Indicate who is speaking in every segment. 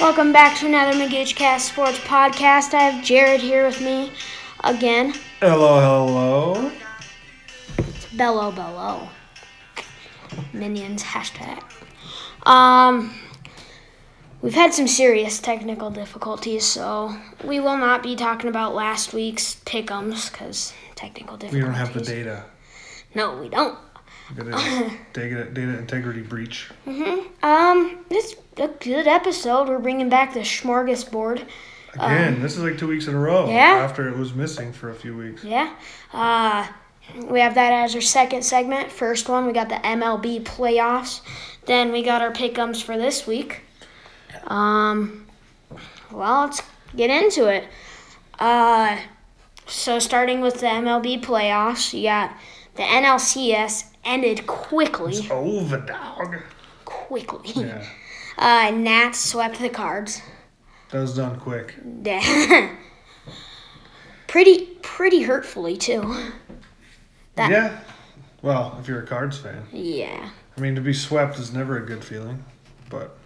Speaker 1: Welcome back to another McGoochcast Sports Podcast. I have Jared here with me again.
Speaker 2: Hello, hello.
Speaker 1: It's Bello Bello. Minions hashtag. Um, we've had some serious technical difficulties, so we will not be talking about last week's pickums because technical
Speaker 2: We
Speaker 1: difficulties.
Speaker 2: don't have the data.
Speaker 1: No, we don't.
Speaker 2: We got a data, data integrity breach.
Speaker 1: hmm Um, this is a good episode. We're bringing back the smorgasbord.
Speaker 2: Again, this is like two weeks in a row
Speaker 1: Um, yeah?
Speaker 2: after it was missing for a few weeks.
Speaker 1: Yeah. Uh, we have that as our second segment. First one, we got the MLB playoffs. Then we got our pickums for this week. Um, well, let's get into it. Uh, so starting with the MLB playoffs, you got the NLCS ended quickly,
Speaker 2: Over, dog.
Speaker 1: quickly.
Speaker 2: Yeah,
Speaker 1: Uh, Nats swept the Cards.
Speaker 2: that was done quick.
Speaker 1: pretty, pretty hurtfully too. That-
Speaker 2: yeah. Well, if you're a Cards fan,
Speaker 1: Yeah.
Speaker 2: I mean, to be swept is never a good feeling, but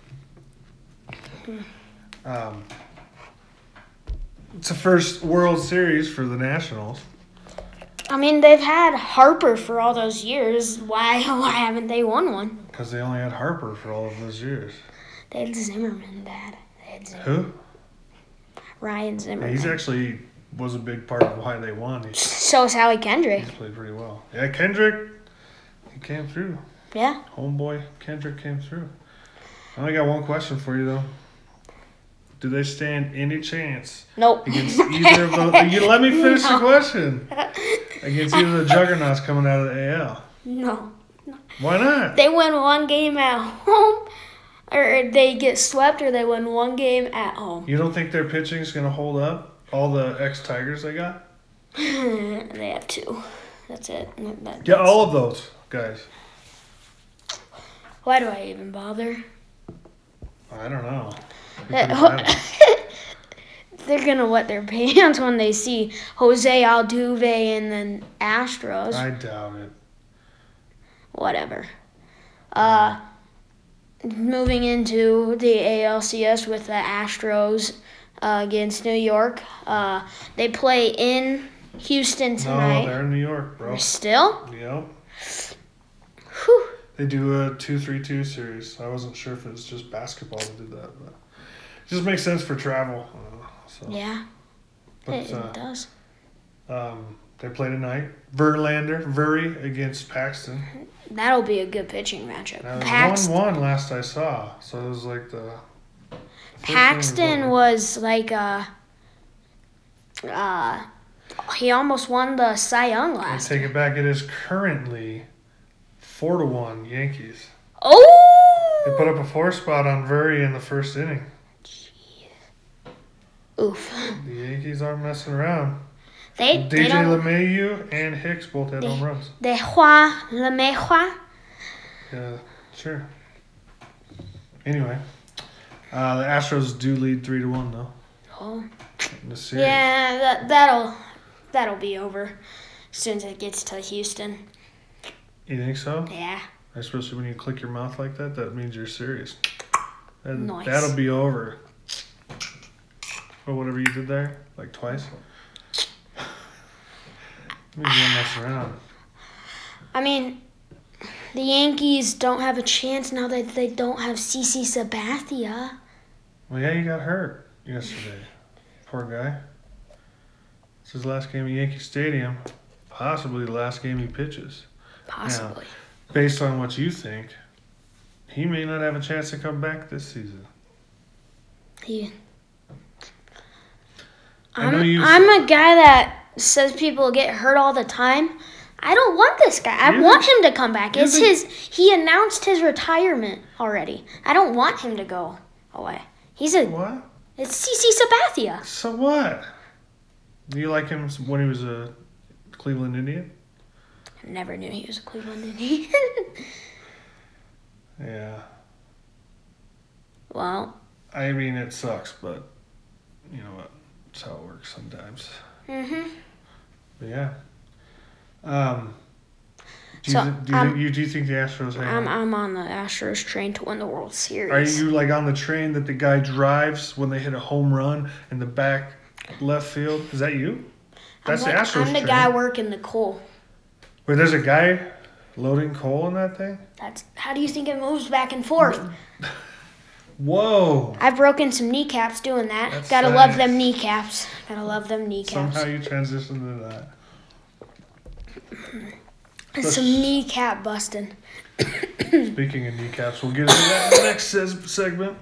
Speaker 1: Hmm.
Speaker 2: um, it's the first World Series for the Nationals.
Speaker 1: I mean, they've had Harper for all those years. Why why haven't they won one?
Speaker 2: Because they only had Harper for all of those years.
Speaker 1: They had Zimmerman, Dad. They had Zim-
Speaker 2: Who?
Speaker 1: Ryan
Speaker 2: Yeah,
Speaker 1: Zimmerman.
Speaker 2: he's actually was a big part of why they won. He
Speaker 1: so is Howie Kendrick.
Speaker 2: He's played pretty well. Yeah, Kendrick, he came through.
Speaker 1: Yeah.
Speaker 2: Homeboy Kendrick came through. I only got one question for you though. Do they stand any chance
Speaker 1: Nope.
Speaker 2: against either of those? You let me finish
Speaker 1: No.
Speaker 2: the question. Against either of the juggernauts coming out of the AL?
Speaker 1: No.
Speaker 2: Why not?
Speaker 1: They win one game at home, or they get swept, or they win one game at home.
Speaker 2: You don't think their pitching is going to hold up? All the ex Tigers they got?
Speaker 1: they have two. That's it. That- that-
Speaker 2: Yeah, all of those guys.
Speaker 1: Why do I even bother?
Speaker 2: I don't know.
Speaker 1: Uh, They're gonna wet their pants when they see Jose Altuve and then Astros.
Speaker 2: I doubt it.
Speaker 1: whatever. Uh, moving into the ALCS with the Astros uh, against New York. Uh, they play in Houston
Speaker 2: No,
Speaker 1: tonight.
Speaker 2: they're in New York, bro.
Speaker 1: Still?
Speaker 2: Yep.
Speaker 1: Whew.
Speaker 2: They do a two-three-two series. I wasn't sure if it was just basketball that did that, but it just makes sense for travel. uh, So,
Speaker 1: Yeah, it,
Speaker 2: but
Speaker 1: it
Speaker 2: uh,
Speaker 1: does.
Speaker 2: um, they play tonight. Verlander, Vuri against Paxton.
Speaker 1: That'll be a good pitching matchup.
Speaker 2: Now, it was
Speaker 1: Paxton,
Speaker 2: one-one last I saw, so it was like the first game
Speaker 1: Paxton
Speaker 2: was
Speaker 1: was like a. Uh, he almost won the Cy Young
Speaker 2: over. I
Speaker 1: last.
Speaker 2: take it back. It is currently four to one Yankees. They put
Speaker 1: Oh!
Speaker 2: up a four spot on Vuri in the first inning.
Speaker 1: Oof.
Speaker 2: The Yankees aren't messing around.
Speaker 1: They, they
Speaker 2: DJ
Speaker 1: don't
Speaker 2: LeMayu and Hicks both had home runs.
Speaker 1: De Hua, Lemejuan.
Speaker 2: Yeah, sure. uh, Anyway, uh, the Astros do lead three to one though.
Speaker 1: Oh.
Speaker 2: In the series.
Speaker 1: Yeah, that, that'll that'll be over as soon as it gets to Houston.
Speaker 2: You think so?
Speaker 1: Yeah.
Speaker 2: Especially when you click your mouth like that, that means you're serious. That,
Speaker 1: Nice.
Speaker 2: That'll be over. Or whatever you did there, like twice. Maybe you don't mess around.
Speaker 1: I mean, the Yankees don't have a chance now that they don't have CC Sabathia.
Speaker 2: Well, yeah, you got hurt yesterday. Poor guy. It's his last game at Yankee Stadium. Possibly the last game he pitches.
Speaker 1: Possibly.
Speaker 2: based on what you think, he may not have a chance to come back this season.
Speaker 1: He,
Speaker 2: I
Speaker 1: I'm,
Speaker 2: know you-
Speaker 1: I'm a guy that says people get hurt all the time. I don't want this guy. I
Speaker 2: You
Speaker 1: want him to come back.
Speaker 2: you
Speaker 1: It's
Speaker 2: think-
Speaker 1: his. He announced his retirement already. I don't want him to go away. He's a.
Speaker 2: What?
Speaker 1: It's CC Sabathia.
Speaker 2: So what? Do you like him when he was a Cleveland Indian?
Speaker 1: Never knew he was a Cleveland Indian.
Speaker 2: Yeah.
Speaker 1: well,
Speaker 2: I mean, it sucks, but you know what? It's how it works
Speaker 1: mm-hmm.
Speaker 2: sometimes.
Speaker 1: hmm
Speaker 2: But yeah. Um, Do you,
Speaker 1: So,
Speaker 2: th- do, you,
Speaker 1: I'm-
Speaker 2: think- you, do you think the Astros hang
Speaker 1: I'm
Speaker 2: on?
Speaker 1: I'm on the Astros train to win the World
Speaker 2: Are
Speaker 1: Series.
Speaker 2: you like on the train that the guy drives when they hit a home run in the back left field? Is that you? That's
Speaker 1: I'm
Speaker 2: the
Speaker 1: like-
Speaker 2: Astros
Speaker 1: I'm the
Speaker 2: train.
Speaker 1: guy working the coal.
Speaker 2: Wait, there's a guy loading coal in that thing?
Speaker 1: That's how do you think it moves back and forth?
Speaker 2: Whoa.
Speaker 1: I've broken some kneecaps doing that.
Speaker 2: That's
Speaker 1: Gotta love them
Speaker 2: nice.
Speaker 1: kneecaps. Gotta love them kneecaps.
Speaker 2: Somehow you transitioned to that.
Speaker 1: some kneecap busting.
Speaker 2: Speaking of kneecaps, we'll get into that in the next se- segment.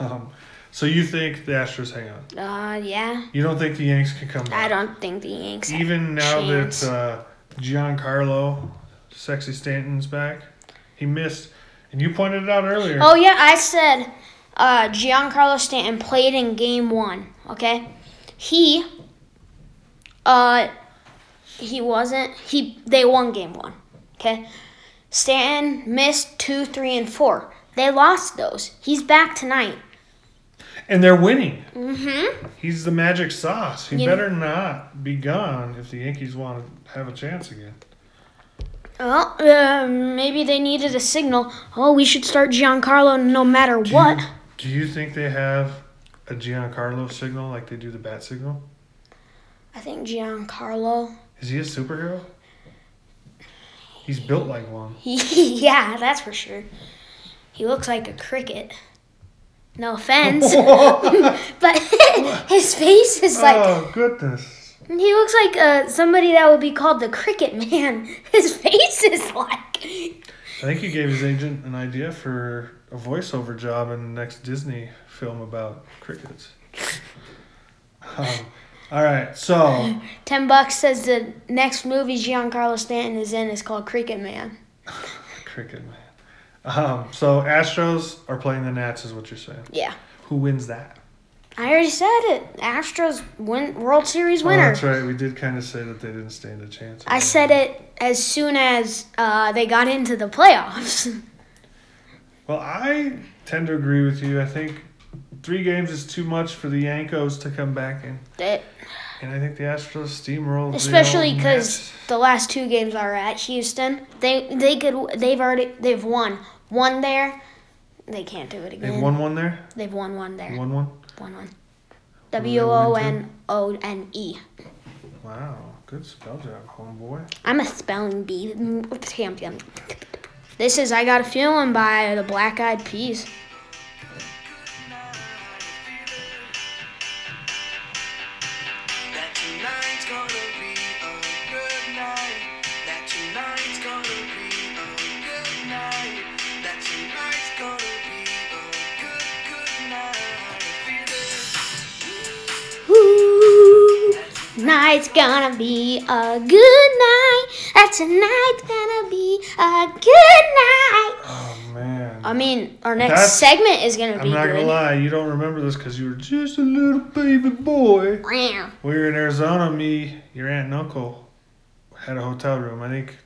Speaker 2: Um, so you think the Astros hang on?
Speaker 1: Uh, yeah.
Speaker 2: You don't think the Yanks can come
Speaker 1: I
Speaker 2: back?
Speaker 1: don't think the Yanks. have
Speaker 2: Even
Speaker 1: a
Speaker 2: now
Speaker 1: chance.
Speaker 2: that uh, Giancarlo, sexy Stanton's back, he missed, and you pointed it out earlier.
Speaker 1: Oh yeah, I said uh, Giancarlo Stanton played in Game One. Okay, he uh he wasn't he they won Game One. Okay, Stanton missed two, three, and four. They lost those. He's back tonight.
Speaker 2: And they're winning.
Speaker 1: Mm-hmm.
Speaker 2: He's the magic sauce. He
Speaker 1: You-
Speaker 2: better not be gone if the Yankees want to have a chance again.
Speaker 1: Well, uh, maybe they needed a signal. Oh, we should start Giancarlo no matter
Speaker 2: Do
Speaker 1: what.
Speaker 2: You, do you think they have a Giancarlo signal like they do the bat signal?
Speaker 1: I think Giancarlo.
Speaker 2: Is he a superhero? He's built like one.
Speaker 1: yeah, that's for sure. He looks like a cricket. No offense,
Speaker 2: oh
Speaker 1: but his face is like
Speaker 2: goodness!
Speaker 1: he looks like uh, somebody that would be called the cricket man. His face is like
Speaker 2: I think he gave his agent an idea for a voiceover job in the next Disney film about crickets. Um, all right, so
Speaker 1: ten bucks says the next movie Giancarlo Stanton is in is called Cricket Man.
Speaker 2: cricket man. Um, so Astros are playing the Nats, is what you're saying.
Speaker 1: Yeah.
Speaker 2: Who wins that?
Speaker 1: I already said it. Astros win World Series
Speaker 2: Oh,
Speaker 1: winner.
Speaker 2: that's right. We did kind of say that they didn't stand a chance.
Speaker 1: I said it as soon as uh, they got into the playoffs.
Speaker 2: Well, I tend to agree with you. I think three games is too much for the Yankos to come back in,
Speaker 1: That-
Speaker 2: and I think the Astros steamrolled. the
Speaker 1: especially
Speaker 2: old
Speaker 1: because
Speaker 2: Nats.
Speaker 1: the last two games are at Houston. They they could they've already they've won one there. They can't do it again.
Speaker 2: they've won one there,
Speaker 1: They've won one there.
Speaker 2: one one.
Speaker 1: One one.
Speaker 2: Who they
Speaker 1: W O
Speaker 2: went to?
Speaker 1: N O N E.
Speaker 2: Wow, good spell job, homeboy.
Speaker 1: I'm a spelling bee champion. This is I Got a Feeling by the Black Eyed Peas.
Speaker 3: That tonight's gonna be a good night. That tonight's gonna be a good night. That tonight's gonna be a good, good night. Feel it.
Speaker 1: Ooh, night's gonna be a good night. That tonight's gonna be a good night.
Speaker 2: Oh man,
Speaker 1: I mean, our next
Speaker 2: That's-
Speaker 1: segment is gonna be
Speaker 2: I'm not
Speaker 1: good.
Speaker 2: gonna lie, you don't remember this because you were just a little baby boy.
Speaker 1: Wow.
Speaker 2: We were in Arizona. Me, your aunt and uncle had a hotel room. I think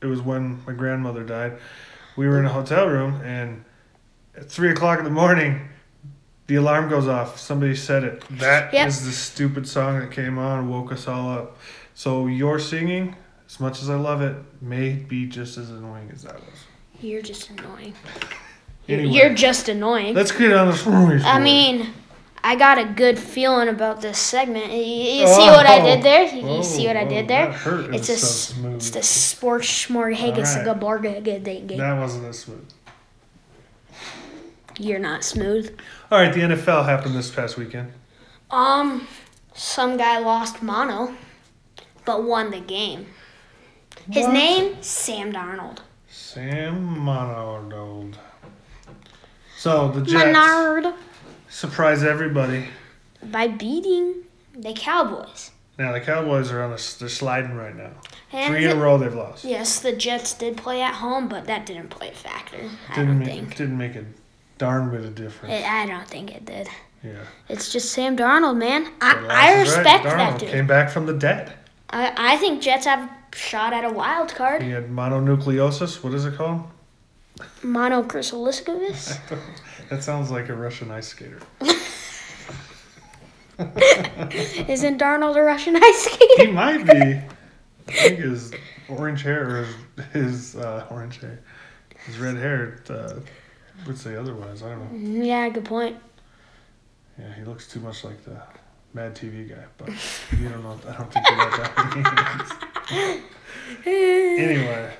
Speaker 2: it was when my grandmother died. We were in a hotel room, and at three o'clock in the morning, the alarm goes off. Somebody said it. That is
Speaker 1: Yep.
Speaker 2: the stupid song that came on and woke us all up. So your singing, as much as I love it, may be just as annoying as that was.
Speaker 1: You're just annoying.
Speaker 2: Anyway,
Speaker 1: You're just annoying.
Speaker 2: let's get on the story.
Speaker 1: I mean, I got a good feeling about this segment. You, you see what I
Speaker 2: Oh.
Speaker 1: did there? You, you see what I did there? It's
Speaker 2: It's
Speaker 1: a
Speaker 2: so
Speaker 1: s-
Speaker 2: smooth.
Speaker 1: It's the sports smorgasbord.
Speaker 2: that wasn't as smooth.
Speaker 1: You're not smooth.
Speaker 2: All right, the NFL happened this past weekend.
Speaker 1: Um, some guy lost mono, but won the game. His
Speaker 2: What?
Speaker 1: name Sam Darnold.
Speaker 2: Sam Monardold. So the Jets
Speaker 1: Menard
Speaker 2: surprise everybody.
Speaker 1: by beating the Cowboys.
Speaker 2: Now the Cowboys are on a, s- they're sliding right now.
Speaker 1: And
Speaker 2: Three in a
Speaker 1: the-
Speaker 2: row they've lost.
Speaker 1: Yes, the Jets did play at home, but that didn't play a factor. I
Speaker 2: didn't
Speaker 1: don't
Speaker 2: make
Speaker 1: think.
Speaker 2: didn't make a darn bit of difference.
Speaker 1: It, I don't think it did.
Speaker 2: yeah.
Speaker 1: It's just Sam Darnold, man. I,
Speaker 2: But
Speaker 1: I
Speaker 2: Ross is right,
Speaker 1: respect
Speaker 2: Darnold
Speaker 1: that dude.
Speaker 2: Came back from the dead.
Speaker 1: I, I think Jets have shot at a wild card.
Speaker 2: He had mononucleosis. What is it called?
Speaker 1: Mono Chrysaliscovus.
Speaker 2: that sounds like a Russian ice skater.
Speaker 1: Isn't Darnold a Russian ice skater?
Speaker 2: He might be. I think his orange hair or his, his uh, orange hair, his red hair. Uh, would say otherwise. I don't know.
Speaker 1: Yeah, good point.
Speaker 2: Yeah, he looks too much like the Mad TV guy, but you don't know. I don't think you know that. anyway,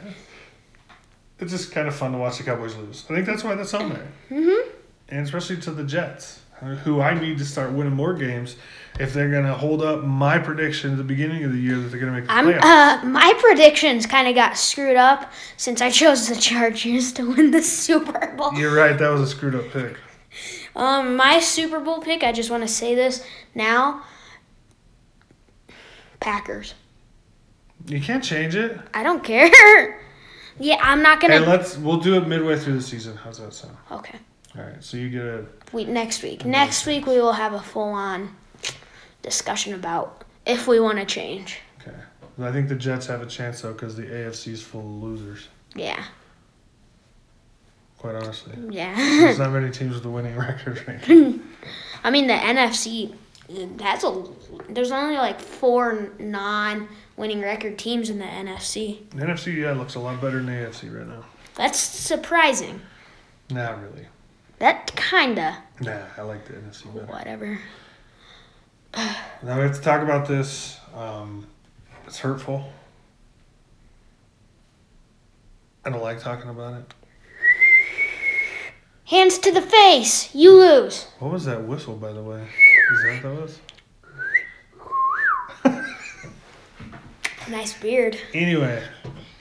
Speaker 2: it's just kind of fun to watch the Cowboys lose. I think that's why that's on there,
Speaker 1: Mhm.
Speaker 2: and especially to the Jets, who I need to start winning more games if they're gonna hold up my prediction at the beginning of the year that they're gonna make the
Speaker 1: I'm
Speaker 2: playoffs.
Speaker 1: uh my predictions kind of got screwed up since I chose the Chargers to win the Super Bowl.
Speaker 2: You're right. That was a screwed up pick.
Speaker 1: Um, my Super Bowl pick, I just want to say this now. Packers.
Speaker 2: You can't change it.
Speaker 1: I don't care. yeah, I'm not
Speaker 2: Hey,
Speaker 1: going to
Speaker 2: let's we'll do it midway through the season. How's that sound?
Speaker 1: Okay.
Speaker 2: All right. So you get a
Speaker 1: We next week. Next week we will have a full-on discussion about if we want to change.
Speaker 2: Okay. I think the Jets have a chance though because the AFC is full of losers.
Speaker 1: Yeah.
Speaker 2: Quite honestly,
Speaker 1: Yeah.
Speaker 2: there's not many teams with a winning record right now.
Speaker 1: I mean the NFC. That's a. There's only like four non-winning record teams in the NFC.
Speaker 2: The NFC yeah looks a lot better than the AFC right now.
Speaker 1: That's surprising.
Speaker 2: Not really.
Speaker 1: That kinda.
Speaker 2: Nah, I like the NFC better.
Speaker 1: Whatever.
Speaker 2: Now we have to talk about this. Um, it's hurtful. I don't like talking about it.
Speaker 1: Hands to the face. You lose.
Speaker 2: What was that whistle, by the way? Is that what that was?
Speaker 1: Nice beard.
Speaker 2: Anyway,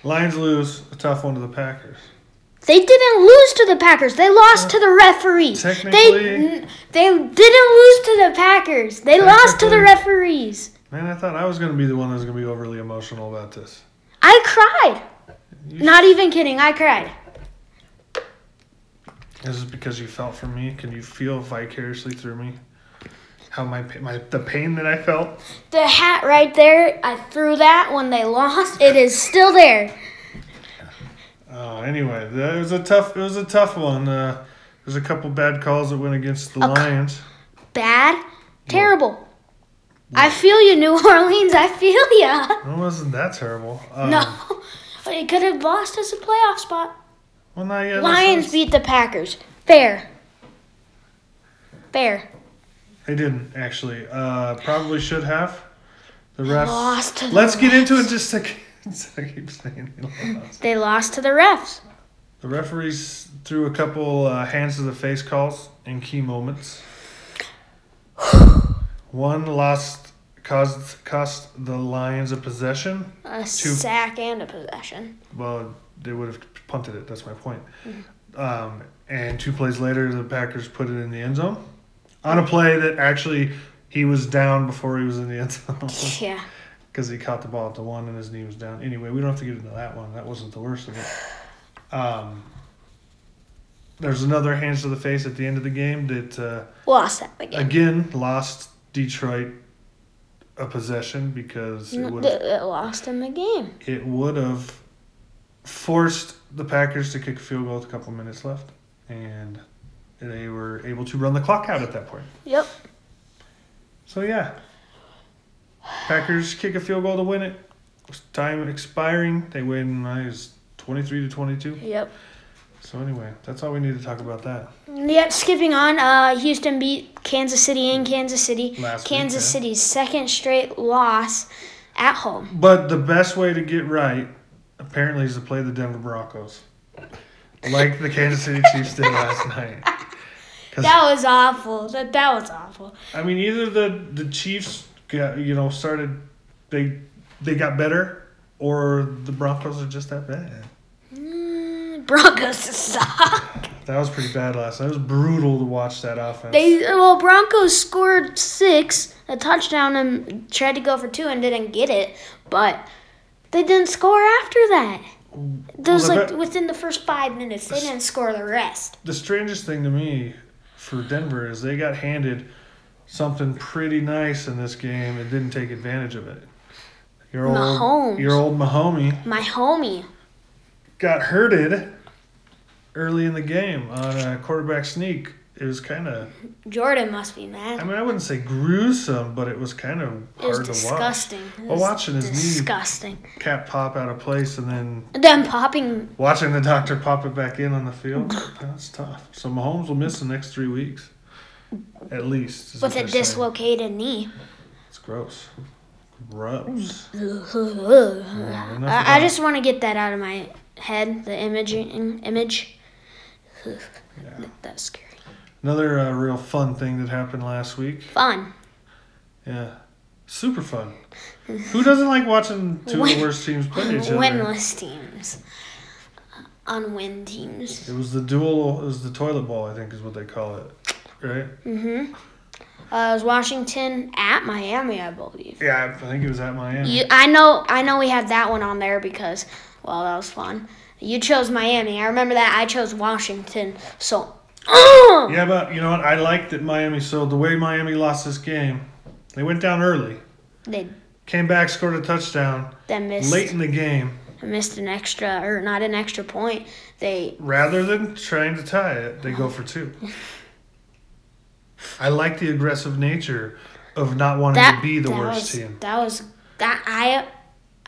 Speaker 2: Lions lose a tough one to the Packers.
Speaker 1: They didn't lose to the Packers. They lost to the referees. They
Speaker 2: Technically-
Speaker 1: n- they didn't lose to the Packers. They lost to the
Speaker 2: Technically-
Speaker 1: referees.
Speaker 2: Man, I thought I was gonna be the one that was gonna be overly emotional about this.
Speaker 1: I cried. Not even kidding. I cried.
Speaker 2: This is because you felt for me. Can you feel vicariously through me? How my pa- my the pain that I felt.
Speaker 1: The hat right there. I threw that when they lost. It is still there.
Speaker 2: Uh, anyway, that was a tough. It was a tough one. Uh, there's a couple bad calls that went against the
Speaker 1: Okay.
Speaker 2: Lions.
Speaker 1: Bad. Terrible. I feel you, New Orleans. I feel ya.
Speaker 2: It wasn't that terrible. Um,
Speaker 1: No. It could have lost us a playoff spot.
Speaker 2: Well, not yet.
Speaker 1: Lions beat the Packers. Fair. Fair.
Speaker 2: They didn't actually. Uh, probably should have. The refs.
Speaker 1: Lost to the
Speaker 2: Let's get into it. Just a second. I keep saying they lost.
Speaker 1: They lost to the refs.
Speaker 2: The referees threw a couple uh, hands to the face calls in key moments. One lost caused cost the Lions a possession.
Speaker 1: A
Speaker 2: Two.
Speaker 1: sack and a possession.
Speaker 2: Well, they would have punted it. That's my point. Um, and two plays later, the Packers put it in the end zone on a play that actually he was down before he was in the end zone.
Speaker 1: Yeah.
Speaker 2: because he caught the ball at the one and his knee was down. Anyway, we don't have to get into that one. That wasn't the worst of it. Um, there's another hands to the face at the end of the game that uh,
Speaker 1: Lost that again.
Speaker 2: again lost Detroit a possession because it would have
Speaker 1: It uh, lost in the game.
Speaker 2: it would have forced the Packers to kick a field goal with a couple minutes left, and they were able to run the clock out at that point.
Speaker 1: Yep.
Speaker 2: So yeah, Packers kick a field goal to win it. Time expiring, they win. I was twenty three to twenty two.
Speaker 1: Yep.
Speaker 2: So anyway, that's all we need to talk about that.
Speaker 1: Yep, skipping on, uh, Houston beat Kansas City in Kansas City.
Speaker 2: Last
Speaker 1: Kansas
Speaker 2: week,
Speaker 1: City's second straight loss at home.
Speaker 2: But the best way to get right, apparently, is to play the Denver Broncos, like the Kansas City Chiefs did last night.
Speaker 1: That was awful. That that was awful.
Speaker 2: I mean, either the the Chiefs got you know started they they got better, or the Broncos are just that bad.
Speaker 1: Mm, Broncos suck.
Speaker 2: That was pretty bad last night. It was brutal to watch that offense.
Speaker 1: They well Broncos scored six, a touchdown, and tried to go for two and didn't get it, but they didn't score after that. Those
Speaker 2: Well, the
Speaker 1: like
Speaker 2: be-
Speaker 1: within the first five minutes, they didn't score the rest.
Speaker 2: the strangest thing to me for Denver is they got handed something pretty nice in this game and didn't take advantage of it. Your old
Speaker 1: Mahomes.
Speaker 2: your old Mahomie
Speaker 1: My homie,
Speaker 2: got hurted early in the game on a quarterback sneak it was kind of.
Speaker 1: Jordan must be
Speaker 2: I
Speaker 1: mad.
Speaker 2: mean, I wouldn't say gruesome, but it was kind of
Speaker 1: It was
Speaker 2: hard to watch.
Speaker 1: disgusting. It
Speaker 2: Well,
Speaker 1: was
Speaker 2: watching his knee-
Speaker 1: disgusting.
Speaker 2: Cat pop out of place and then
Speaker 1: Them popping.
Speaker 2: watching the doctor pop it back in on the field. That's tough. So Mahomes will miss the next three weeks, at least. is what
Speaker 1: With a
Speaker 2: they're saying.
Speaker 1: dislocated knee.
Speaker 2: It's gross. Gross.
Speaker 1: Mm. I,
Speaker 2: enough
Speaker 1: I
Speaker 2: about-
Speaker 1: just want to get that out of my head. The imaging image.
Speaker 2: Yeah.
Speaker 1: That's scary.
Speaker 2: Another uh, real fun thing that happened last week.
Speaker 1: Fun.
Speaker 2: Yeah. Super fun. Who doesn't like watching two of
Speaker 1: Win-
Speaker 2: the worst teams play each other?
Speaker 1: Winless teams. Unwin teams.
Speaker 2: It was the duel, it was the toilet ball, I think is what they call it. Right?
Speaker 1: Mm-hmm. Uh, it was Washington at Miami, I believe.
Speaker 2: Yeah, I think it was at Miami.
Speaker 1: You, I know, I know, we had that one on there because, well, that was fun. You chose Miami. I remember that. I chose Washington. So,
Speaker 2: Yeah, but you know what? I like that Miami. So the way Miami lost this game, they went down early,
Speaker 1: they
Speaker 2: came back, scored a touchdown
Speaker 1: then missed
Speaker 2: late in the game.
Speaker 1: missed an extra or not an extra point. They
Speaker 2: Rather than trying to tie it, they go for two. I like the aggressive nature of not wanting
Speaker 1: that
Speaker 2: to be the
Speaker 1: that
Speaker 2: worst
Speaker 1: was,
Speaker 2: team,
Speaker 1: That was that I.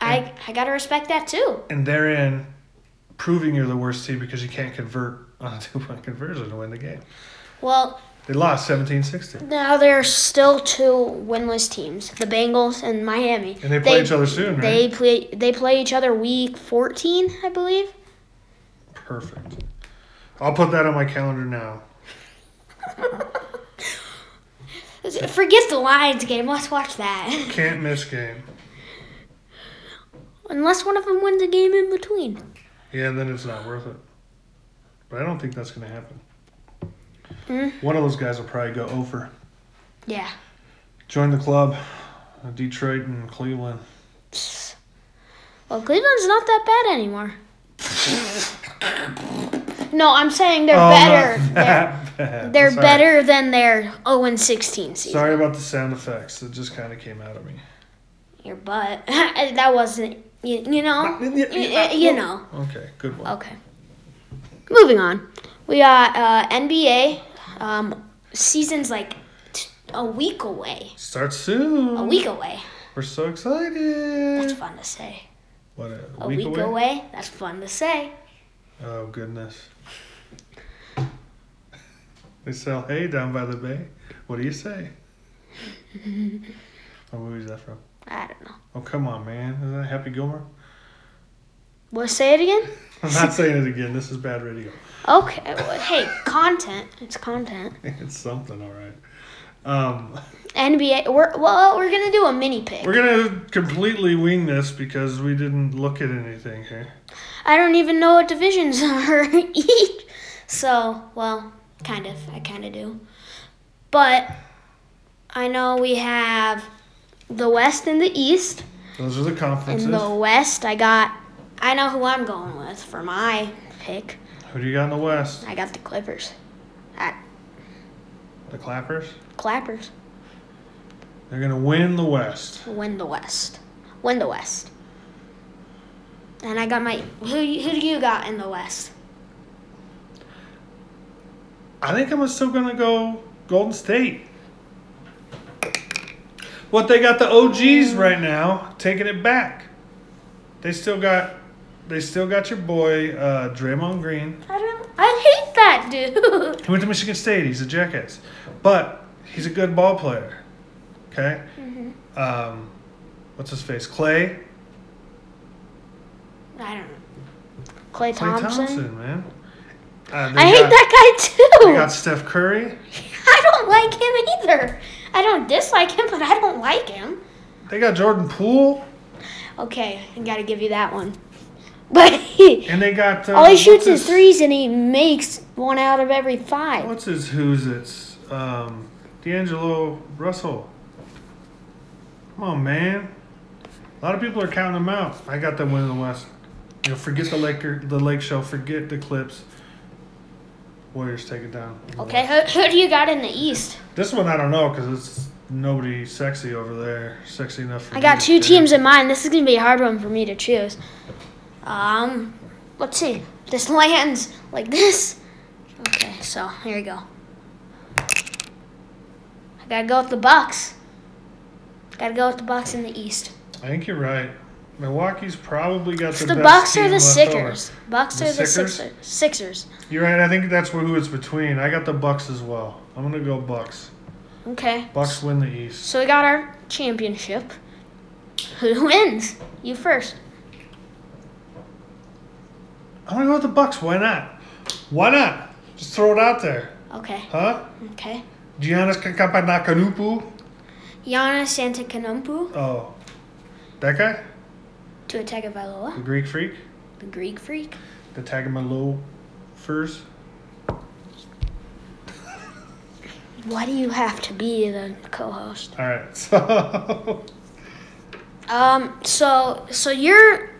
Speaker 1: I, I gotta respect that too.
Speaker 2: and therein proving you're the worst team because you can't convert on a two point conversion to win the game.
Speaker 1: Well,
Speaker 2: They lost 17-16.
Speaker 1: now there's still two winless teams: the Bengals and Miami.
Speaker 2: And they play each other soon, right?
Speaker 1: They play they play each other week 14, I believe.
Speaker 2: Perfect. I'll put that on my calendar now.
Speaker 1: Forget the Lions game. Let's watch that.
Speaker 2: Can't miss game.
Speaker 1: Unless one of them wins a game in between.
Speaker 2: Yeah, then it's not worth it. But I don't think that's going to happen.
Speaker 1: Mm.
Speaker 2: One of those guys will probably go over.
Speaker 1: Yeah.
Speaker 2: Join the club, uh, Detroit and Cleveland.
Speaker 1: Psst. Well, Cleveland's not that bad anymore. No, I'm saying they're
Speaker 2: Oh,
Speaker 1: better. They're,
Speaker 2: not that bad.
Speaker 1: they're
Speaker 2: Sorry.
Speaker 1: better than their 0 and 16 season.
Speaker 2: Sorry about the sound effects. It just kind of came out of me.
Speaker 1: Your butt. that wasn't. You, you know.
Speaker 2: But-
Speaker 1: You, you know.
Speaker 2: Okay, good one.
Speaker 1: Okay. Moving on. We got uh, NBA. Um, season's like t- a week away.
Speaker 2: Start
Speaker 1: A
Speaker 2: soon.
Speaker 1: week away.
Speaker 2: We're so
Speaker 1: That's
Speaker 2: excited.
Speaker 1: fun to say.
Speaker 2: What a,
Speaker 1: A week, away? That's fun to say.
Speaker 2: Oh goodness. They sell hay down by the bay. What do you say? what movie is that from?
Speaker 1: I don't know.
Speaker 2: Oh come on, man! Isn't that Happy Gilmore?
Speaker 1: We'll say it again?
Speaker 2: I'm not saying it again. This is bad radio.
Speaker 1: Okay. well, hey, content. It's content.
Speaker 2: It's something, all right. Um,
Speaker 1: NBA. We're, well, we're going to do a mini pick.
Speaker 2: we're gonna completely wing this because we didn't look at anything here.
Speaker 1: I don't even know what divisions are each. So, well, kind of. I kind of do. But I know we have the West and the East.
Speaker 2: Those are the conferences.
Speaker 1: In the West, I got. I know who I'm going with for my pick.
Speaker 2: Who do you got in the West?
Speaker 1: I got the Clippers. I,
Speaker 2: The Clappers.
Speaker 1: Clappers.
Speaker 2: They're gonna win the West.
Speaker 1: Win the West. Win the West. And I got my who you- who do you got in the West?
Speaker 2: I think I'm still gonna go Golden State. What they got the OGs right now taking it back. They still got, they still got your boy uh, Draymond Green.
Speaker 1: I don't I hate that dude.
Speaker 2: He went to Michigan State. He's a jackass, but he's a good ball player. Okay.
Speaker 1: Mm-hmm.
Speaker 2: Um, what's his face? Clay.
Speaker 1: I don't know. Clay
Speaker 2: Clay
Speaker 1: Thompson.
Speaker 2: Thompson, man. Uh, they
Speaker 1: I hate
Speaker 2: got-
Speaker 1: that guy
Speaker 2: They
Speaker 1: too.
Speaker 2: got Steph Curry.
Speaker 1: I don't like him either. I don't dislike him, but I don't like him.
Speaker 2: They got Jordan Poole,
Speaker 1: Okay, I gotta give you that one. But
Speaker 2: and they got. Uh,
Speaker 1: all he shoots
Speaker 2: what's
Speaker 1: is
Speaker 2: his-
Speaker 1: threes, and he makes one out of every five.
Speaker 2: What's his who's it's um, D'Angelo Russell. Come on, man. A lot of people are counting them out. I got them winning the West. You know, forget the Laker, the Lake Show, forget the Clips. Warriors take it down.
Speaker 1: Okay, who, who do you got in the East?
Speaker 2: This one I don't know because it's nobody sexy over there, sexy enough. For
Speaker 1: I
Speaker 2: me
Speaker 1: got
Speaker 2: to
Speaker 1: two
Speaker 2: care.
Speaker 1: teams in mind. This is gonna be a hard one for me to choose. Um, let's see. This lands like this. Okay, so here we go. Gotta go with the Bucks. Gotta go with the Bucks in the East.
Speaker 2: I think you're right. Milwaukee's probably got
Speaker 1: It's
Speaker 2: the,
Speaker 1: the,
Speaker 2: best
Speaker 1: Bucks or
Speaker 2: team
Speaker 1: the
Speaker 2: left
Speaker 1: Sixers. Bucks
Speaker 2: The
Speaker 1: or the
Speaker 2: Sixers?
Speaker 1: Sixers. Sixers.
Speaker 2: over. You're right. I think that's who it's between. I got the Bucks as well. I'm gonna go Bucks.
Speaker 1: Okay.
Speaker 2: Bucks win the East.
Speaker 1: So we got our championship. Who wins? You first.
Speaker 2: I'm gonna go with the Bucks. Why not? Why not? Just throw it out there,
Speaker 1: Okay.
Speaker 2: huh?
Speaker 1: Okay.
Speaker 2: Giannis Kapanakanupu.
Speaker 1: Giannis Antetokounmpo
Speaker 2: Oh, that guy,
Speaker 1: to Tagovailoa,
Speaker 2: the Greek freak,
Speaker 1: the Greek freak.
Speaker 2: the Tagamalo furs.
Speaker 1: Why do you have to be the co-host?
Speaker 2: All right. So
Speaker 1: Um. So so you're.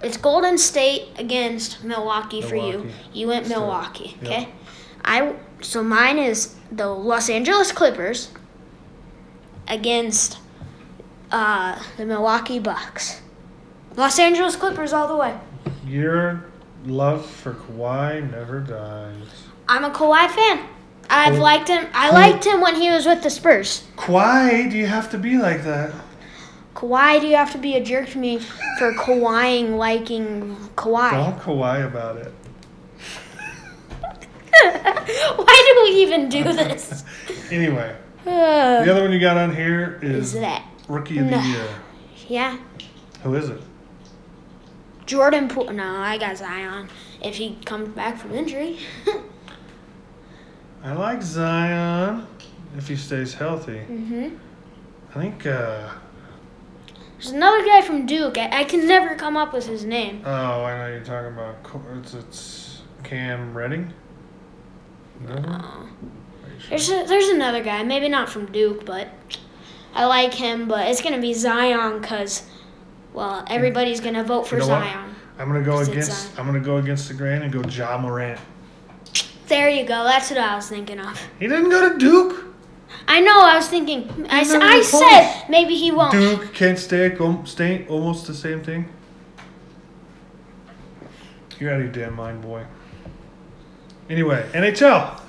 Speaker 1: It's Golden State against Milwaukee for you.
Speaker 2: Milwaukee.
Speaker 1: You went
Speaker 2: Let's do it.
Speaker 1: Milwaukee.
Speaker 2: Yeah.
Speaker 1: Okay. I so mine is the Los Angeles Clippers against uh, the Milwaukee Bucks. Los Angeles Clippers all the way.
Speaker 2: your love for Kawhi never dies.
Speaker 1: I'm a Kawhi fan. I've
Speaker 2: Cool.
Speaker 1: liked him. I
Speaker 2: Cool.
Speaker 1: liked him when he was with the Spurs.
Speaker 2: Kawhi, do you have to be like that?
Speaker 1: Kawhi, do you have to be a jerk to me for Kawhiing liking Kawhi?
Speaker 2: Don't Kawhi about it.
Speaker 1: Why do we even do this?
Speaker 2: Anyway, the
Speaker 1: Uh,
Speaker 2: other one you got on here
Speaker 1: is
Speaker 2: is
Speaker 1: that
Speaker 2: Rookie of the
Speaker 1: No.
Speaker 2: Year.
Speaker 1: yeah?
Speaker 2: Who is it?
Speaker 1: Jordan Poole. No, I got Zion. If he comes back from injury,
Speaker 2: I like Zion if he stays healthy.
Speaker 1: hmm
Speaker 2: I think, uh,
Speaker 1: there's another guy from Duke. I, I can never come up with his name.
Speaker 2: oh, I know you're talking about. Co- It's, it's Cam Redding? No?
Speaker 1: Oh.
Speaker 2: Are you sure?
Speaker 1: There's a, there's another guy. Maybe not from Duke, but I like him. But it's gonna be Zion because, well, everybody's gonna vote for
Speaker 2: You know what?
Speaker 1: Zion.
Speaker 2: I'm gonna go
Speaker 1: Is it
Speaker 2: against.
Speaker 1: Zion?
Speaker 2: I'm gonna go against the grain and go Ja Morant.
Speaker 1: There you go. That's what I was thinking of.
Speaker 2: He didn't go to Duke.
Speaker 1: I know. I was thinking. I, s-
Speaker 2: never
Speaker 1: I
Speaker 2: told
Speaker 1: said maybe he won't.
Speaker 2: Duke, Kent State, um, State, almost the same thing. You're out of your damn mind, boy. Anyway, NHL.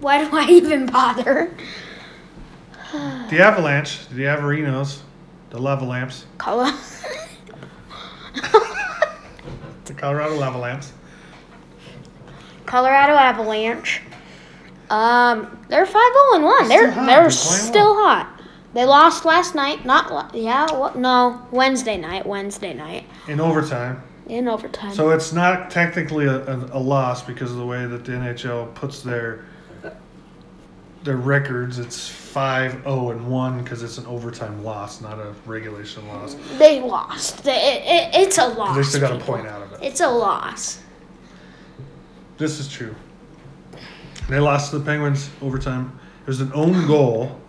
Speaker 1: Why do I even bother?
Speaker 2: The Avalanche, the Averinos, the Lava Lamps,
Speaker 1: Color.
Speaker 2: the Colorado Lava Lamps.
Speaker 1: Colorado Avalanche. Um, they're five zero and one.
Speaker 2: They're
Speaker 1: They're they're
Speaker 2: still hot. They're playing
Speaker 1: still hot. They lost last night. Not la- yeah. What? No. Wednesday night. Wednesday night
Speaker 2: In overtime.
Speaker 1: in overtime.
Speaker 2: So it's not technically a, a, a loss because of the way that the NHL puts their their records. It's 5 0 and 1 because it's an overtime loss, not a regulation loss.
Speaker 1: they lost. They, it, it, it's a loss.
Speaker 2: They still got a
Speaker 1: people.
Speaker 2: point out of it.
Speaker 1: It's a loss.
Speaker 2: This is true. They lost to the Penguins overtime. It was an own goal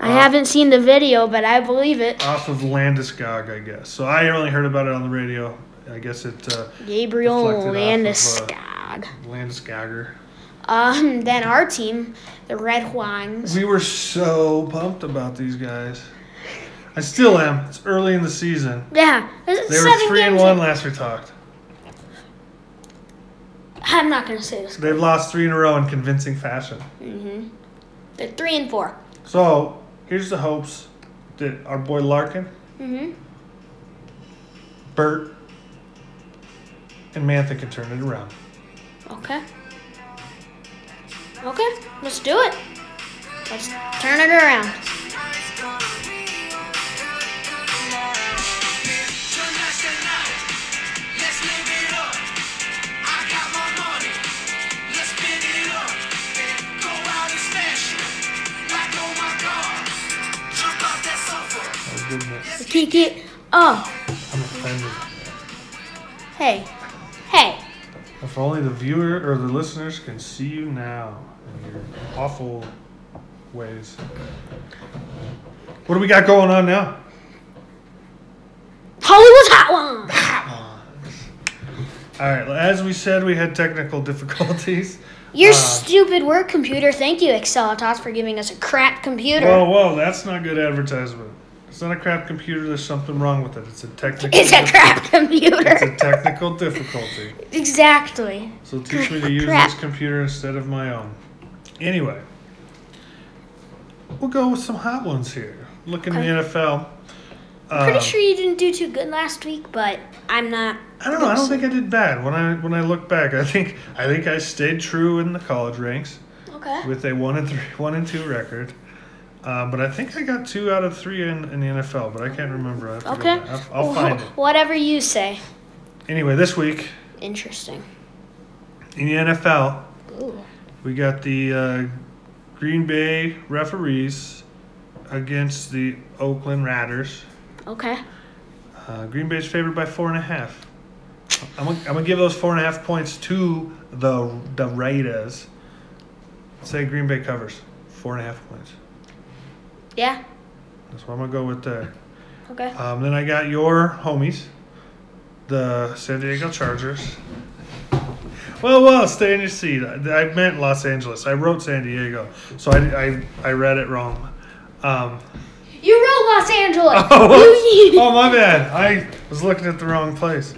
Speaker 1: I
Speaker 2: Uh,
Speaker 1: haven't seen the video, but I believe it.
Speaker 2: off of Landeskog, I guess. So I only heard about it on the radio. I guess it uh,
Speaker 1: Gabriel
Speaker 2: Deflected off of, uh,
Speaker 1: Landeskog.
Speaker 2: Landeskogger.
Speaker 1: Um, then our team, the Red Wings.
Speaker 2: We were so pumped about these guys. I still am. It's early in the season.
Speaker 1: Yeah, it's
Speaker 2: They
Speaker 1: seven
Speaker 2: were three and
Speaker 1: games
Speaker 2: one
Speaker 1: in-
Speaker 2: last we talked.
Speaker 1: I'm not gonna say this.
Speaker 2: They've lost three in a row in convincing fashion.
Speaker 1: Mm-hmm. They're three and four.
Speaker 2: So here's the hopes that our boy Larkin,
Speaker 1: Mm-hmm.
Speaker 2: Bert, and Mantha can turn it around.
Speaker 1: Okay. Okay, let's do it. Let's turn it around.
Speaker 2: Oh, goodness.
Speaker 1: Kick it. Oh,
Speaker 2: I'm offended.
Speaker 1: hey, hey.
Speaker 2: If only the viewer or the listeners can see you now in your awful ways. What do we got going on now?
Speaker 1: Hollywood's hot one.
Speaker 2: All right, as we said, we had technical difficulties.
Speaker 1: Your
Speaker 2: Uh,
Speaker 1: stupid work computer. Thank you, Excelitas, for giving us a crap computer.
Speaker 2: Whoa, whoa, that's not good advertisement. It's not a crap computer. There's something wrong with it. It's a technical.
Speaker 1: It's a crap
Speaker 2: It's a
Speaker 1: computer.
Speaker 2: technical difficulty.
Speaker 1: exactly.
Speaker 2: So teach me to use
Speaker 1: Crap.
Speaker 2: this computer instead of my own. Anyway, we'll go with some hot ones here. Look in
Speaker 1: Okay.
Speaker 2: the NFL.
Speaker 1: I'm pretty
Speaker 2: Um,
Speaker 1: sure you didn't do too good last week, but I'm not.
Speaker 2: I don't know. I don't think I did bad. When I when I look back, I think I think I stayed true in the college ranks
Speaker 1: Okay.
Speaker 2: with a one and three, one and two record. Uh, but I think I got two out of three in, in the NFL, but I can't remember. I have to go
Speaker 1: Okay.
Speaker 2: back. I'll, I'll find it.
Speaker 1: Whatever you say.
Speaker 2: Anyway, this week
Speaker 1: Interesting.
Speaker 2: in the NFL,
Speaker 1: Ooh.
Speaker 2: We got the uh, Green Bay referees against the Oakland Raiders.
Speaker 1: Okay.
Speaker 2: Uh, Green Bay's favored by four and a half. I'm gonna, I'm gonna give those four and a half points to the the Raiders. Say Green Bay covers four and a half points.
Speaker 1: Yeah.
Speaker 2: That's what I'm gonna go with uh, there.
Speaker 1: Okay.
Speaker 2: Um, then I got your homies, the San Diego Chargers. Well, well, stay in your seat. I, I meant Los Angeles. I wrote San Diego, so I, I, I read it wrong. Um,
Speaker 1: You wrote Los Angeles.
Speaker 2: oh,
Speaker 1: You-
Speaker 2: oh, my bad. I was looking at the wrong place.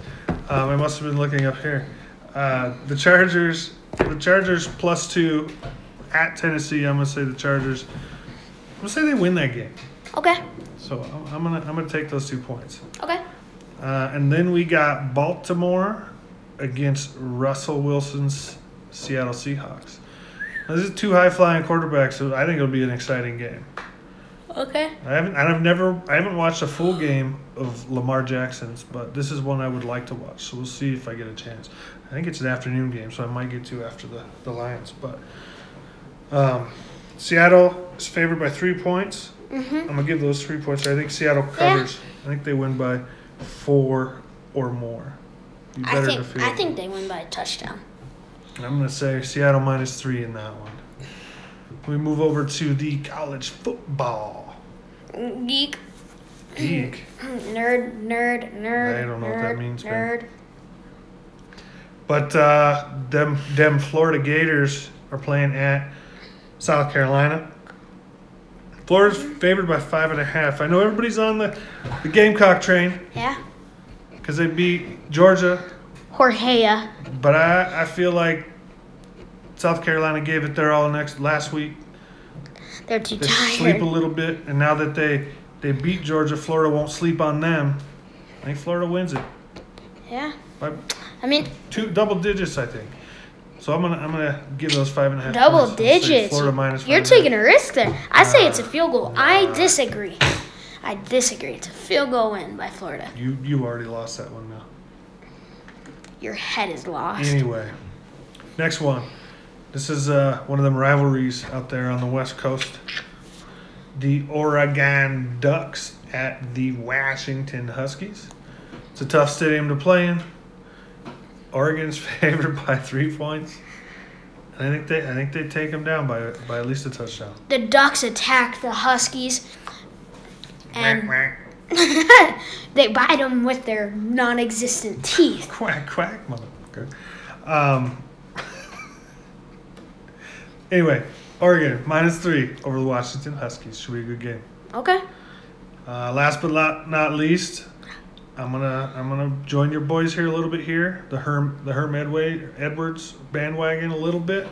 Speaker 2: Um, I must have been looking up here. Uh, the Chargers, the Chargers plus two at Tennessee. I'm gonna say the Chargers. I'm gonna say they win that game.
Speaker 1: okay.
Speaker 2: So I'm, I'm gonna I'm gonna take those two points.
Speaker 1: Okay.
Speaker 2: Uh, and then we got Baltimore against Russell Wilson's Seattle Seahawks. Now, This is two high flying quarterbacks, so I think it'll be an exciting game.
Speaker 1: Okay.
Speaker 2: I haven't, and I've never, I haven't watched a full game of Lamar Jackson's, but this is one I would like to watch. So we'll see if I get a chance. I think it's an afternoon game, so I might get to after the the Lions. But um, Seattle is favored by three points.
Speaker 1: Mhm.
Speaker 2: I'm gonna give those three points. I think Seattle covers. I think they win by four or more. You
Speaker 1: I
Speaker 2: better
Speaker 1: think
Speaker 2: defeat.
Speaker 1: I think they win by a touchdown.
Speaker 2: I'm gonna say Seattle minus three in that one. We move over to the college football
Speaker 1: Geek, Hmm.
Speaker 2: geek.
Speaker 1: nerd, nerd, nerd.
Speaker 2: I don't know what
Speaker 1: nerd,
Speaker 2: that means, but-
Speaker 1: Nerd.
Speaker 2: But uh, them them Florida Gators are playing at South Carolina. Florida's favored by five and a half. I know everybody's on the, the Gamecock train
Speaker 1: Yeah.
Speaker 2: because they beat Georgia,
Speaker 1: Jorgea.
Speaker 2: but I, I feel like South Carolina gave it their all next last week.
Speaker 1: They're too
Speaker 2: They sleep
Speaker 1: tired.
Speaker 2: a little bit, and now that they they beat Georgia, Florida won't sleep on them. I think Florida wins it
Speaker 1: yeah.
Speaker 2: by
Speaker 1: I mean,
Speaker 2: two double digits, I think. So I'm gonna I'm gonna give those five and a half.
Speaker 1: double
Speaker 2: points. I'm gonna say
Speaker 1: digits.
Speaker 2: Florida minus five Uh,
Speaker 1: You're
Speaker 2: and a half.
Speaker 1: taking a risk there. I say it's a field goal. I disagree. I disagree. It's a field goal win by Florida.
Speaker 2: You you already lost that one now.
Speaker 1: Your head is lost.
Speaker 2: Anyway, next one. This is uh, one of them rivalries out there on the West Coast. The Oregon Ducks at the Washington Huskies. It's a tough stadium to play in. Oregon's favored by three points. And I think they I think they take them down by by at least a touchdown.
Speaker 1: The Ducks attacked the Huskies, and
Speaker 2: quack
Speaker 1: they bite them with their non-existent teeth.
Speaker 2: quack quack motherfucker. Um, anyway, Oregon minus three over the Washington Huskies should be a good game.
Speaker 1: Okay.
Speaker 2: Uh, last but not, not least, I'm gonna I'm gonna join your boys here a little bit here. The Herm the Herm Edway, Edwards bandwagon a little bit.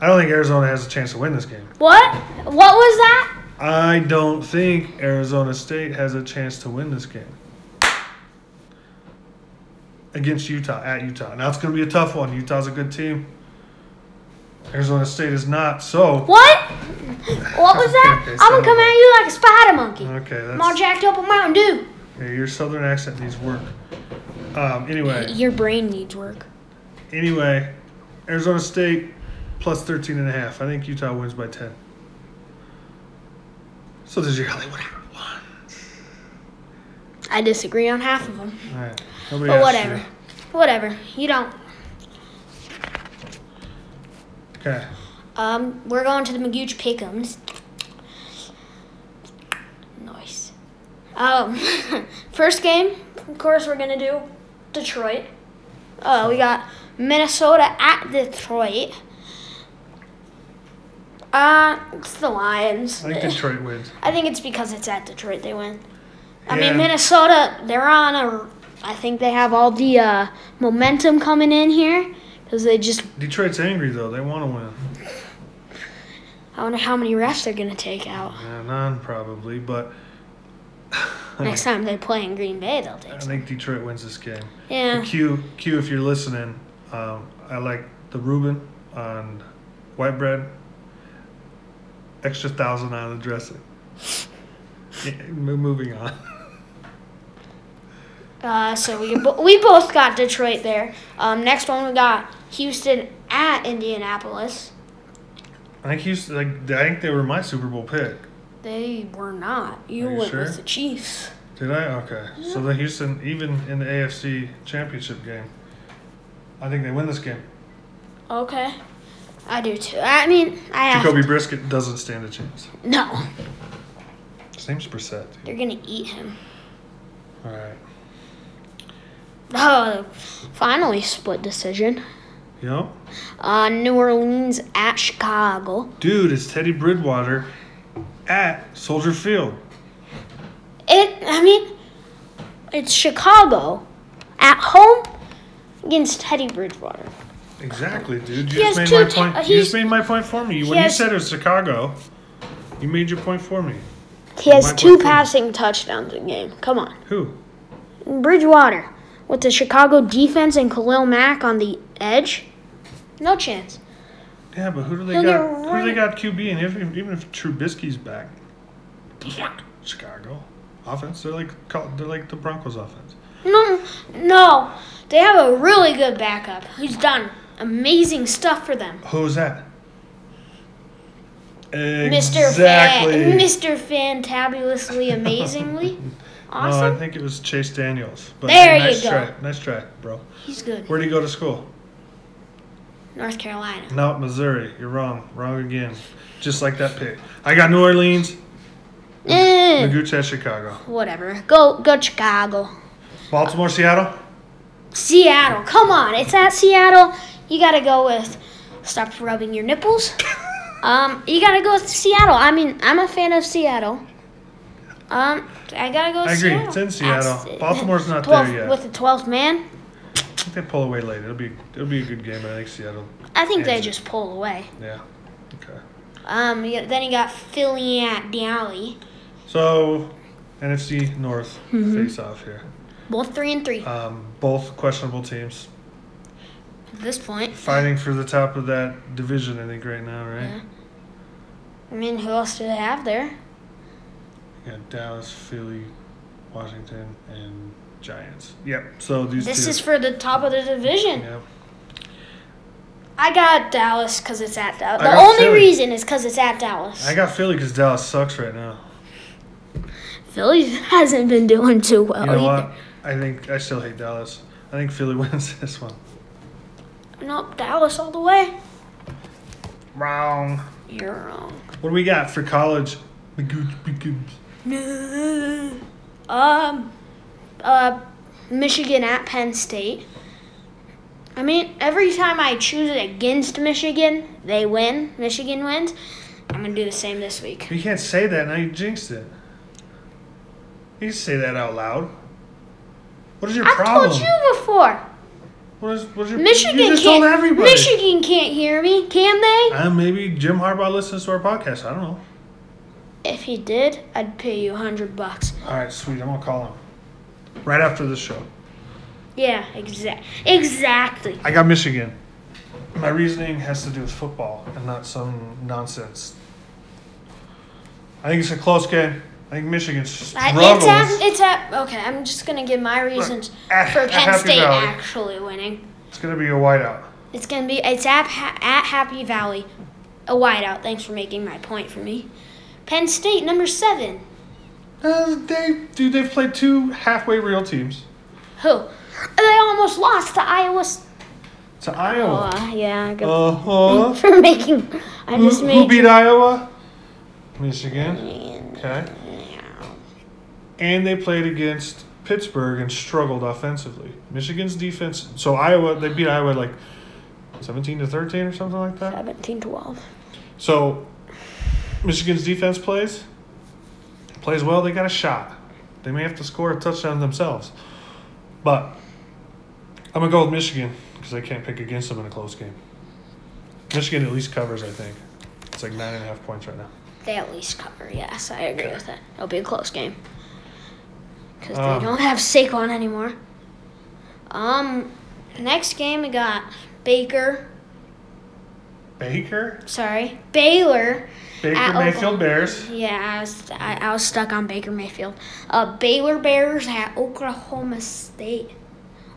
Speaker 2: I don't think Arizona has a chance to win this game.
Speaker 1: What? What was that?
Speaker 2: I don't think Arizona State has a chance to win this game against Utah at Utah. Now it's gonna be a tough one. Utah's a good team. Arizona State is not. So
Speaker 1: What? What was that?
Speaker 2: Okay,
Speaker 1: I'm gonna
Speaker 2: so-
Speaker 1: come at you like a spider monkey.
Speaker 2: okay,
Speaker 1: I'm all
Speaker 2: that's
Speaker 1: jacked up on Mountain Dew.
Speaker 2: yeah, your southern accent needs work. Um, anyway.
Speaker 1: Your brain needs work.
Speaker 2: Anyway, Arizona State plus 13 and a half. I think Utah wins by 10. So does your Hollywood One.
Speaker 1: I disagree on half of them.
Speaker 2: All right. Nobody
Speaker 1: But
Speaker 2: asked
Speaker 1: whatever.
Speaker 2: you.
Speaker 1: Whatever. You don't.
Speaker 2: Okay.
Speaker 1: Um, we're going to the Magooch Pickums. Nice. Um, first game, of course, we're gonna do Detroit. Uh, we got Minnesota at Detroit. Uh, it's the Lions.
Speaker 2: I think Detroit wins.
Speaker 1: I think it's because it's at Detroit they win. I
Speaker 2: Yeah.
Speaker 1: mean Minnesota, they're on a. I think they have all the uh, momentum coming in here because they just.
Speaker 2: Detroit's angry though. They want to win.
Speaker 1: I wonder how many refs they're gonna take out
Speaker 2: Yeah, none probably, but
Speaker 1: next time they play in Green Bay. They'll
Speaker 2: I
Speaker 1: take. Some.
Speaker 2: think Detroit wins this game.
Speaker 1: Yeah.
Speaker 2: Q, Q, if you're listening, um, I like the Reuben on white bread. Extra thousand on the dressing. Yeah, m- moving on.
Speaker 1: Uh, so we bo- we both got Detroit there. Um, next one we got Houston at Indianapolis.
Speaker 2: I think Houston, like I think they were my Super Bowl pick.
Speaker 1: They were not. You,
Speaker 2: Are you
Speaker 1: went
Speaker 2: sure?
Speaker 1: with the Chiefs.
Speaker 2: Did I? Okay. So the Houston, even in the AFC Championship game, I think they win this game.
Speaker 1: Okay. I do too. I mean, I have
Speaker 2: Jacoby Brisket doesn't stand a chance.
Speaker 1: no.
Speaker 2: Same's Brissett. dude.
Speaker 1: They're gonna eat him.
Speaker 2: All right.
Speaker 1: Oh, finally split decision.
Speaker 2: Yup.
Speaker 1: Uh, New Orleans at Chicago.
Speaker 2: Dude, it's Teddy Bridgewater at Soldier Field.
Speaker 1: It. I mean, it's Chicago at home against Teddy Bridgewater.
Speaker 2: Exactly, dude.
Speaker 1: He
Speaker 2: You
Speaker 1: has
Speaker 2: just made
Speaker 1: two
Speaker 2: my
Speaker 1: ta-
Speaker 2: point.
Speaker 1: uh,
Speaker 2: you
Speaker 1: he's-
Speaker 2: just made my point for me. When you
Speaker 1: has-
Speaker 2: said it was Chicago, you made your point for me.
Speaker 1: He has
Speaker 2: Mike
Speaker 1: two
Speaker 2: Whitfield.
Speaker 1: passing touchdowns in game. Come on.
Speaker 2: Who?
Speaker 1: Bridgewater with the Chicago defense and Khalil Mack on the edge. No chance.
Speaker 2: Yeah, but who do they
Speaker 1: No, they're
Speaker 2: got? Who do
Speaker 1: running-
Speaker 2: they got QB? And if, even if Trubisky's back, Chicago offense. They're like they're like the Broncos offense.
Speaker 1: No, no. They have a really good backup who's done amazing stuff for them.
Speaker 2: Who's that?
Speaker 1: Mr.
Speaker 2: Exactly.
Speaker 1: Fan, Mr. Fantabulously Amazingly.
Speaker 2: No, I
Speaker 1: awesome.
Speaker 2: think it was Chase Daniels. But
Speaker 1: There
Speaker 2: nice
Speaker 1: you go.
Speaker 2: Try. Nice try, bro.
Speaker 1: He's good.
Speaker 2: Where'd he go to school?
Speaker 1: North Carolina.
Speaker 2: No, Missouri. You're wrong. Wrong again. Just like that pick. I got New Orleans.
Speaker 1: Eh,
Speaker 2: Noguchi at Chicago.
Speaker 1: whatever. Go go Chicago.
Speaker 2: Baltimore, Seattle.
Speaker 1: Seattle. Come on. It's at Seattle. You got to go with stop rubbing your nipples. Um, you got to go with Seattle. I mean, I'm a fan of Seattle. Um, I got to go with
Speaker 2: I agree.
Speaker 1: Seattle.
Speaker 2: It's in Seattle.
Speaker 1: That's-
Speaker 2: Baltimore's not
Speaker 1: 12th
Speaker 2: there yet.
Speaker 1: With the 12th man.
Speaker 2: I think they pull away late. It'll be it'll be a good game. I think Seattle.
Speaker 1: I think they
Speaker 2: Is it?
Speaker 1: just pulled away.
Speaker 2: Yeah. Okay.
Speaker 1: Um, you- then you got Philly at Dally.
Speaker 2: So NFC North
Speaker 1: Mm-hmm.
Speaker 2: face off here.
Speaker 1: Both three and three
Speaker 2: Um, both questionable teams
Speaker 1: at this point.
Speaker 2: fighting for the top of that division. I think right now, right?
Speaker 1: I mean, who else do they have there?
Speaker 2: Yeah. Dallas, Philly, Washington, and Giants. Yep. So these
Speaker 1: This
Speaker 2: two.
Speaker 1: is for the top of the division.
Speaker 2: Yep.
Speaker 1: I got Dallas because it's at Dallas.
Speaker 2: I
Speaker 1: The
Speaker 2: got
Speaker 1: only
Speaker 2: Philly.
Speaker 1: reason is because it's at Dallas.
Speaker 2: I got Philly because Dallas sucks right now.
Speaker 1: Philly hasn't been doing too well.
Speaker 2: You know
Speaker 1: either.
Speaker 2: what? I think I still hate Dallas. I think Philly wins this one.
Speaker 1: Nope, Dallas all the way.
Speaker 2: Wrong.
Speaker 1: You're wrong.
Speaker 2: What do we got for college? Magoo- magoo-
Speaker 1: No. Um, uh, Michigan at Penn State. I mean, every time I choose it against Michigan, they win. Michigan wins. I'm gonna do the same this week.
Speaker 2: You can't say that now. You jinxed it. You can say that out loud. What is your
Speaker 1: I
Speaker 2: problem?
Speaker 1: told you before.
Speaker 2: What is what is your
Speaker 1: Michigan
Speaker 2: You just
Speaker 1: can't.
Speaker 2: told everybody.
Speaker 1: Michigan can't hear me, can they?
Speaker 2: Uh, maybe Jim Harbaugh listens to our podcast. I don't know.
Speaker 1: If he did, I'd pay you a hundred bucks.
Speaker 2: All right, sweet. I'm gonna call him right after this show.
Speaker 1: Yeah, exact, exactly.
Speaker 2: I got Michigan. My reasoning has to do with football and not some nonsense. I think it's a close game. I think Michigan
Speaker 1: I,
Speaker 2: struggles.
Speaker 1: it's at, it's at. Okay, I'm just gonna give my reasons
Speaker 2: at-
Speaker 1: for
Speaker 2: at
Speaker 1: Penn
Speaker 2: Happy
Speaker 1: State
Speaker 2: Valley.
Speaker 1: actually winning.
Speaker 2: It's gonna be a whiteout.
Speaker 1: It's gonna be it's at Ha- at Happy Valley, a whiteout. Thanks for making my point for me. Penn State number seven.
Speaker 2: Uh, they dude, they've played two halfway real teams.
Speaker 1: Who? They almost lost to Iowa. St-
Speaker 2: To
Speaker 1: oh,
Speaker 2: Iowa.
Speaker 1: uh, yeah. Good
Speaker 2: Uh huh.
Speaker 1: for making. I
Speaker 2: Who,
Speaker 1: just
Speaker 2: who
Speaker 1: made.
Speaker 2: beat Iowa? Michigan. Okay. And they played against Pittsburgh and struggled offensively. Michigan's defense. So Iowa, they beat Iowa like seventeen to thirteen or something like that.
Speaker 1: 17 12.
Speaker 2: So Michigan's defense plays, plays well, they got a shot. They may have to score a touchdown themselves. But I'm going to go with Michigan because I can't pick against them in a close game. Michigan at least covers, I think. It's like nine and a half points right now.
Speaker 1: They at least cover. Yes, I agree
Speaker 2: Okay.
Speaker 1: with that. It'll be a close game because
Speaker 2: Um,
Speaker 1: they don't have Saquon anymore. Um, next game we got Baker.
Speaker 2: Baker?
Speaker 1: Sorry, Baylor.
Speaker 2: Baker
Speaker 1: At
Speaker 2: Mayfield
Speaker 1: Oklahoma-
Speaker 2: Bears.
Speaker 1: Yeah, I was I, I was stuck on Baker Mayfield. Uh, Baylor Bears at Oklahoma State.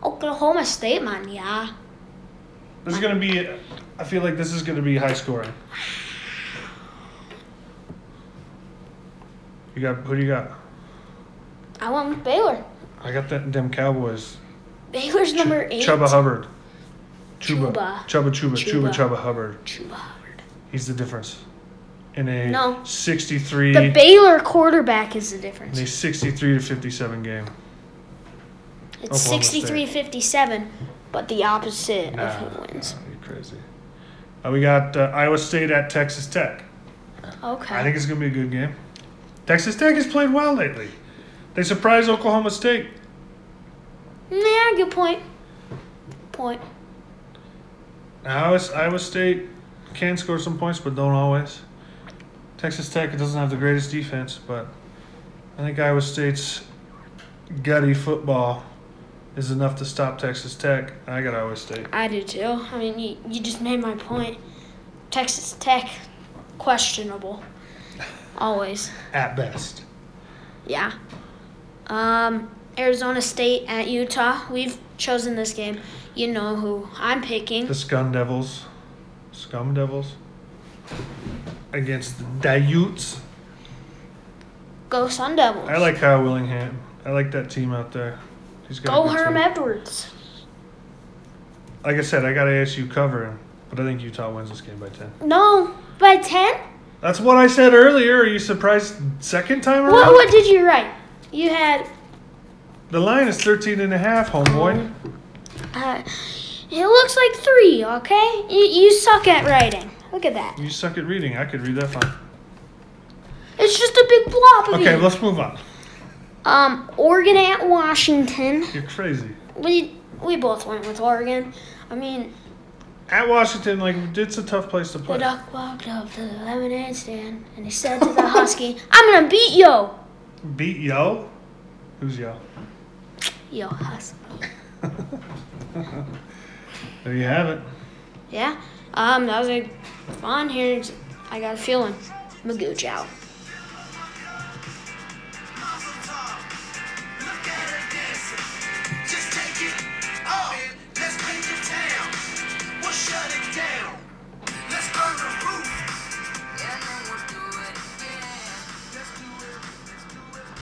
Speaker 1: Oklahoma State, man, yeah.
Speaker 2: This is going to be, I feel like this is going to be high scoring. You got, who do you got?
Speaker 1: I went with Baylor.
Speaker 2: I got that them Cowboys.
Speaker 1: Baylor's number eight.
Speaker 2: Chuba Hubbard.
Speaker 1: Chuba.
Speaker 2: Chuba. Chuba Chuba Chuba
Speaker 1: Chuba.
Speaker 2: Chuba Hubbard.
Speaker 1: Chuba Hubbard.
Speaker 2: He's the difference. In a
Speaker 1: No.
Speaker 2: 63
Speaker 1: The Baylor quarterback is the
Speaker 2: in
Speaker 1: difference.
Speaker 2: a 63 to 57 game.
Speaker 1: It's
Speaker 2: Oklahoma State.
Speaker 1: 63 57, but the opposite
Speaker 2: Nah,
Speaker 1: of who wins.
Speaker 2: nah, you're crazy. Uh, we got uh, Iowa State at Texas Tech.
Speaker 1: Okay.
Speaker 2: I think it's going to be a good game. Texas Tech has played well lately. They surprised Oklahoma State.
Speaker 1: yeah, good point. Point.
Speaker 2: Iowa, Iowa State can score some points, but don't always. Texas Tech it doesn't have the greatest defense, but I think Iowa State's gutty football is enough to stop Texas Tech. I got Iowa State.
Speaker 1: I do too. I mean, you, you just made my point. Texas Tech, questionable. Always.
Speaker 2: At best.
Speaker 1: Yeah. Um, Arizona State at Utah. We've chosen this game. You know who I'm picking.
Speaker 2: The Scum Devils. Scum Devils. Against the Diutes.
Speaker 1: Go Sun Devils.
Speaker 2: I like Kyle Willingham. I like that team out there. He's got a
Speaker 1: Go
Speaker 2: good team.
Speaker 1: Herm Edwards.
Speaker 2: Like I said, I got ASU covering, but I think Utah wins this game by 10.
Speaker 1: No, by ten.
Speaker 2: That's what I said earlier. Are you surprised second time around?
Speaker 1: What what did you write? You had
Speaker 2: The line is 13 and a half, homeboy.
Speaker 1: Uh, it looks like three, okay? You, you suck at writing. Look at that.
Speaker 2: You suck at reading. I could read that fine.
Speaker 1: It's just a big blob of
Speaker 2: Okay,
Speaker 1: you.
Speaker 2: let's move on.
Speaker 1: Um, Oregon at Washington.
Speaker 2: You're crazy.
Speaker 1: We we both went with Oregon. I mean,
Speaker 2: At Washington, like, it's a tough place to
Speaker 1: the
Speaker 2: play.
Speaker 1: duck walked up to the lemonade stand and he said to the husky, "I'm gonna beat yo,
Speaker 2: Beat Yo? Who's Yo?
Speaker 1: yo husky."
Speaker 2: There you have it.
Speaker 1: Yeah. Um, that was a fun. Here's I got a feeling. Magooch out.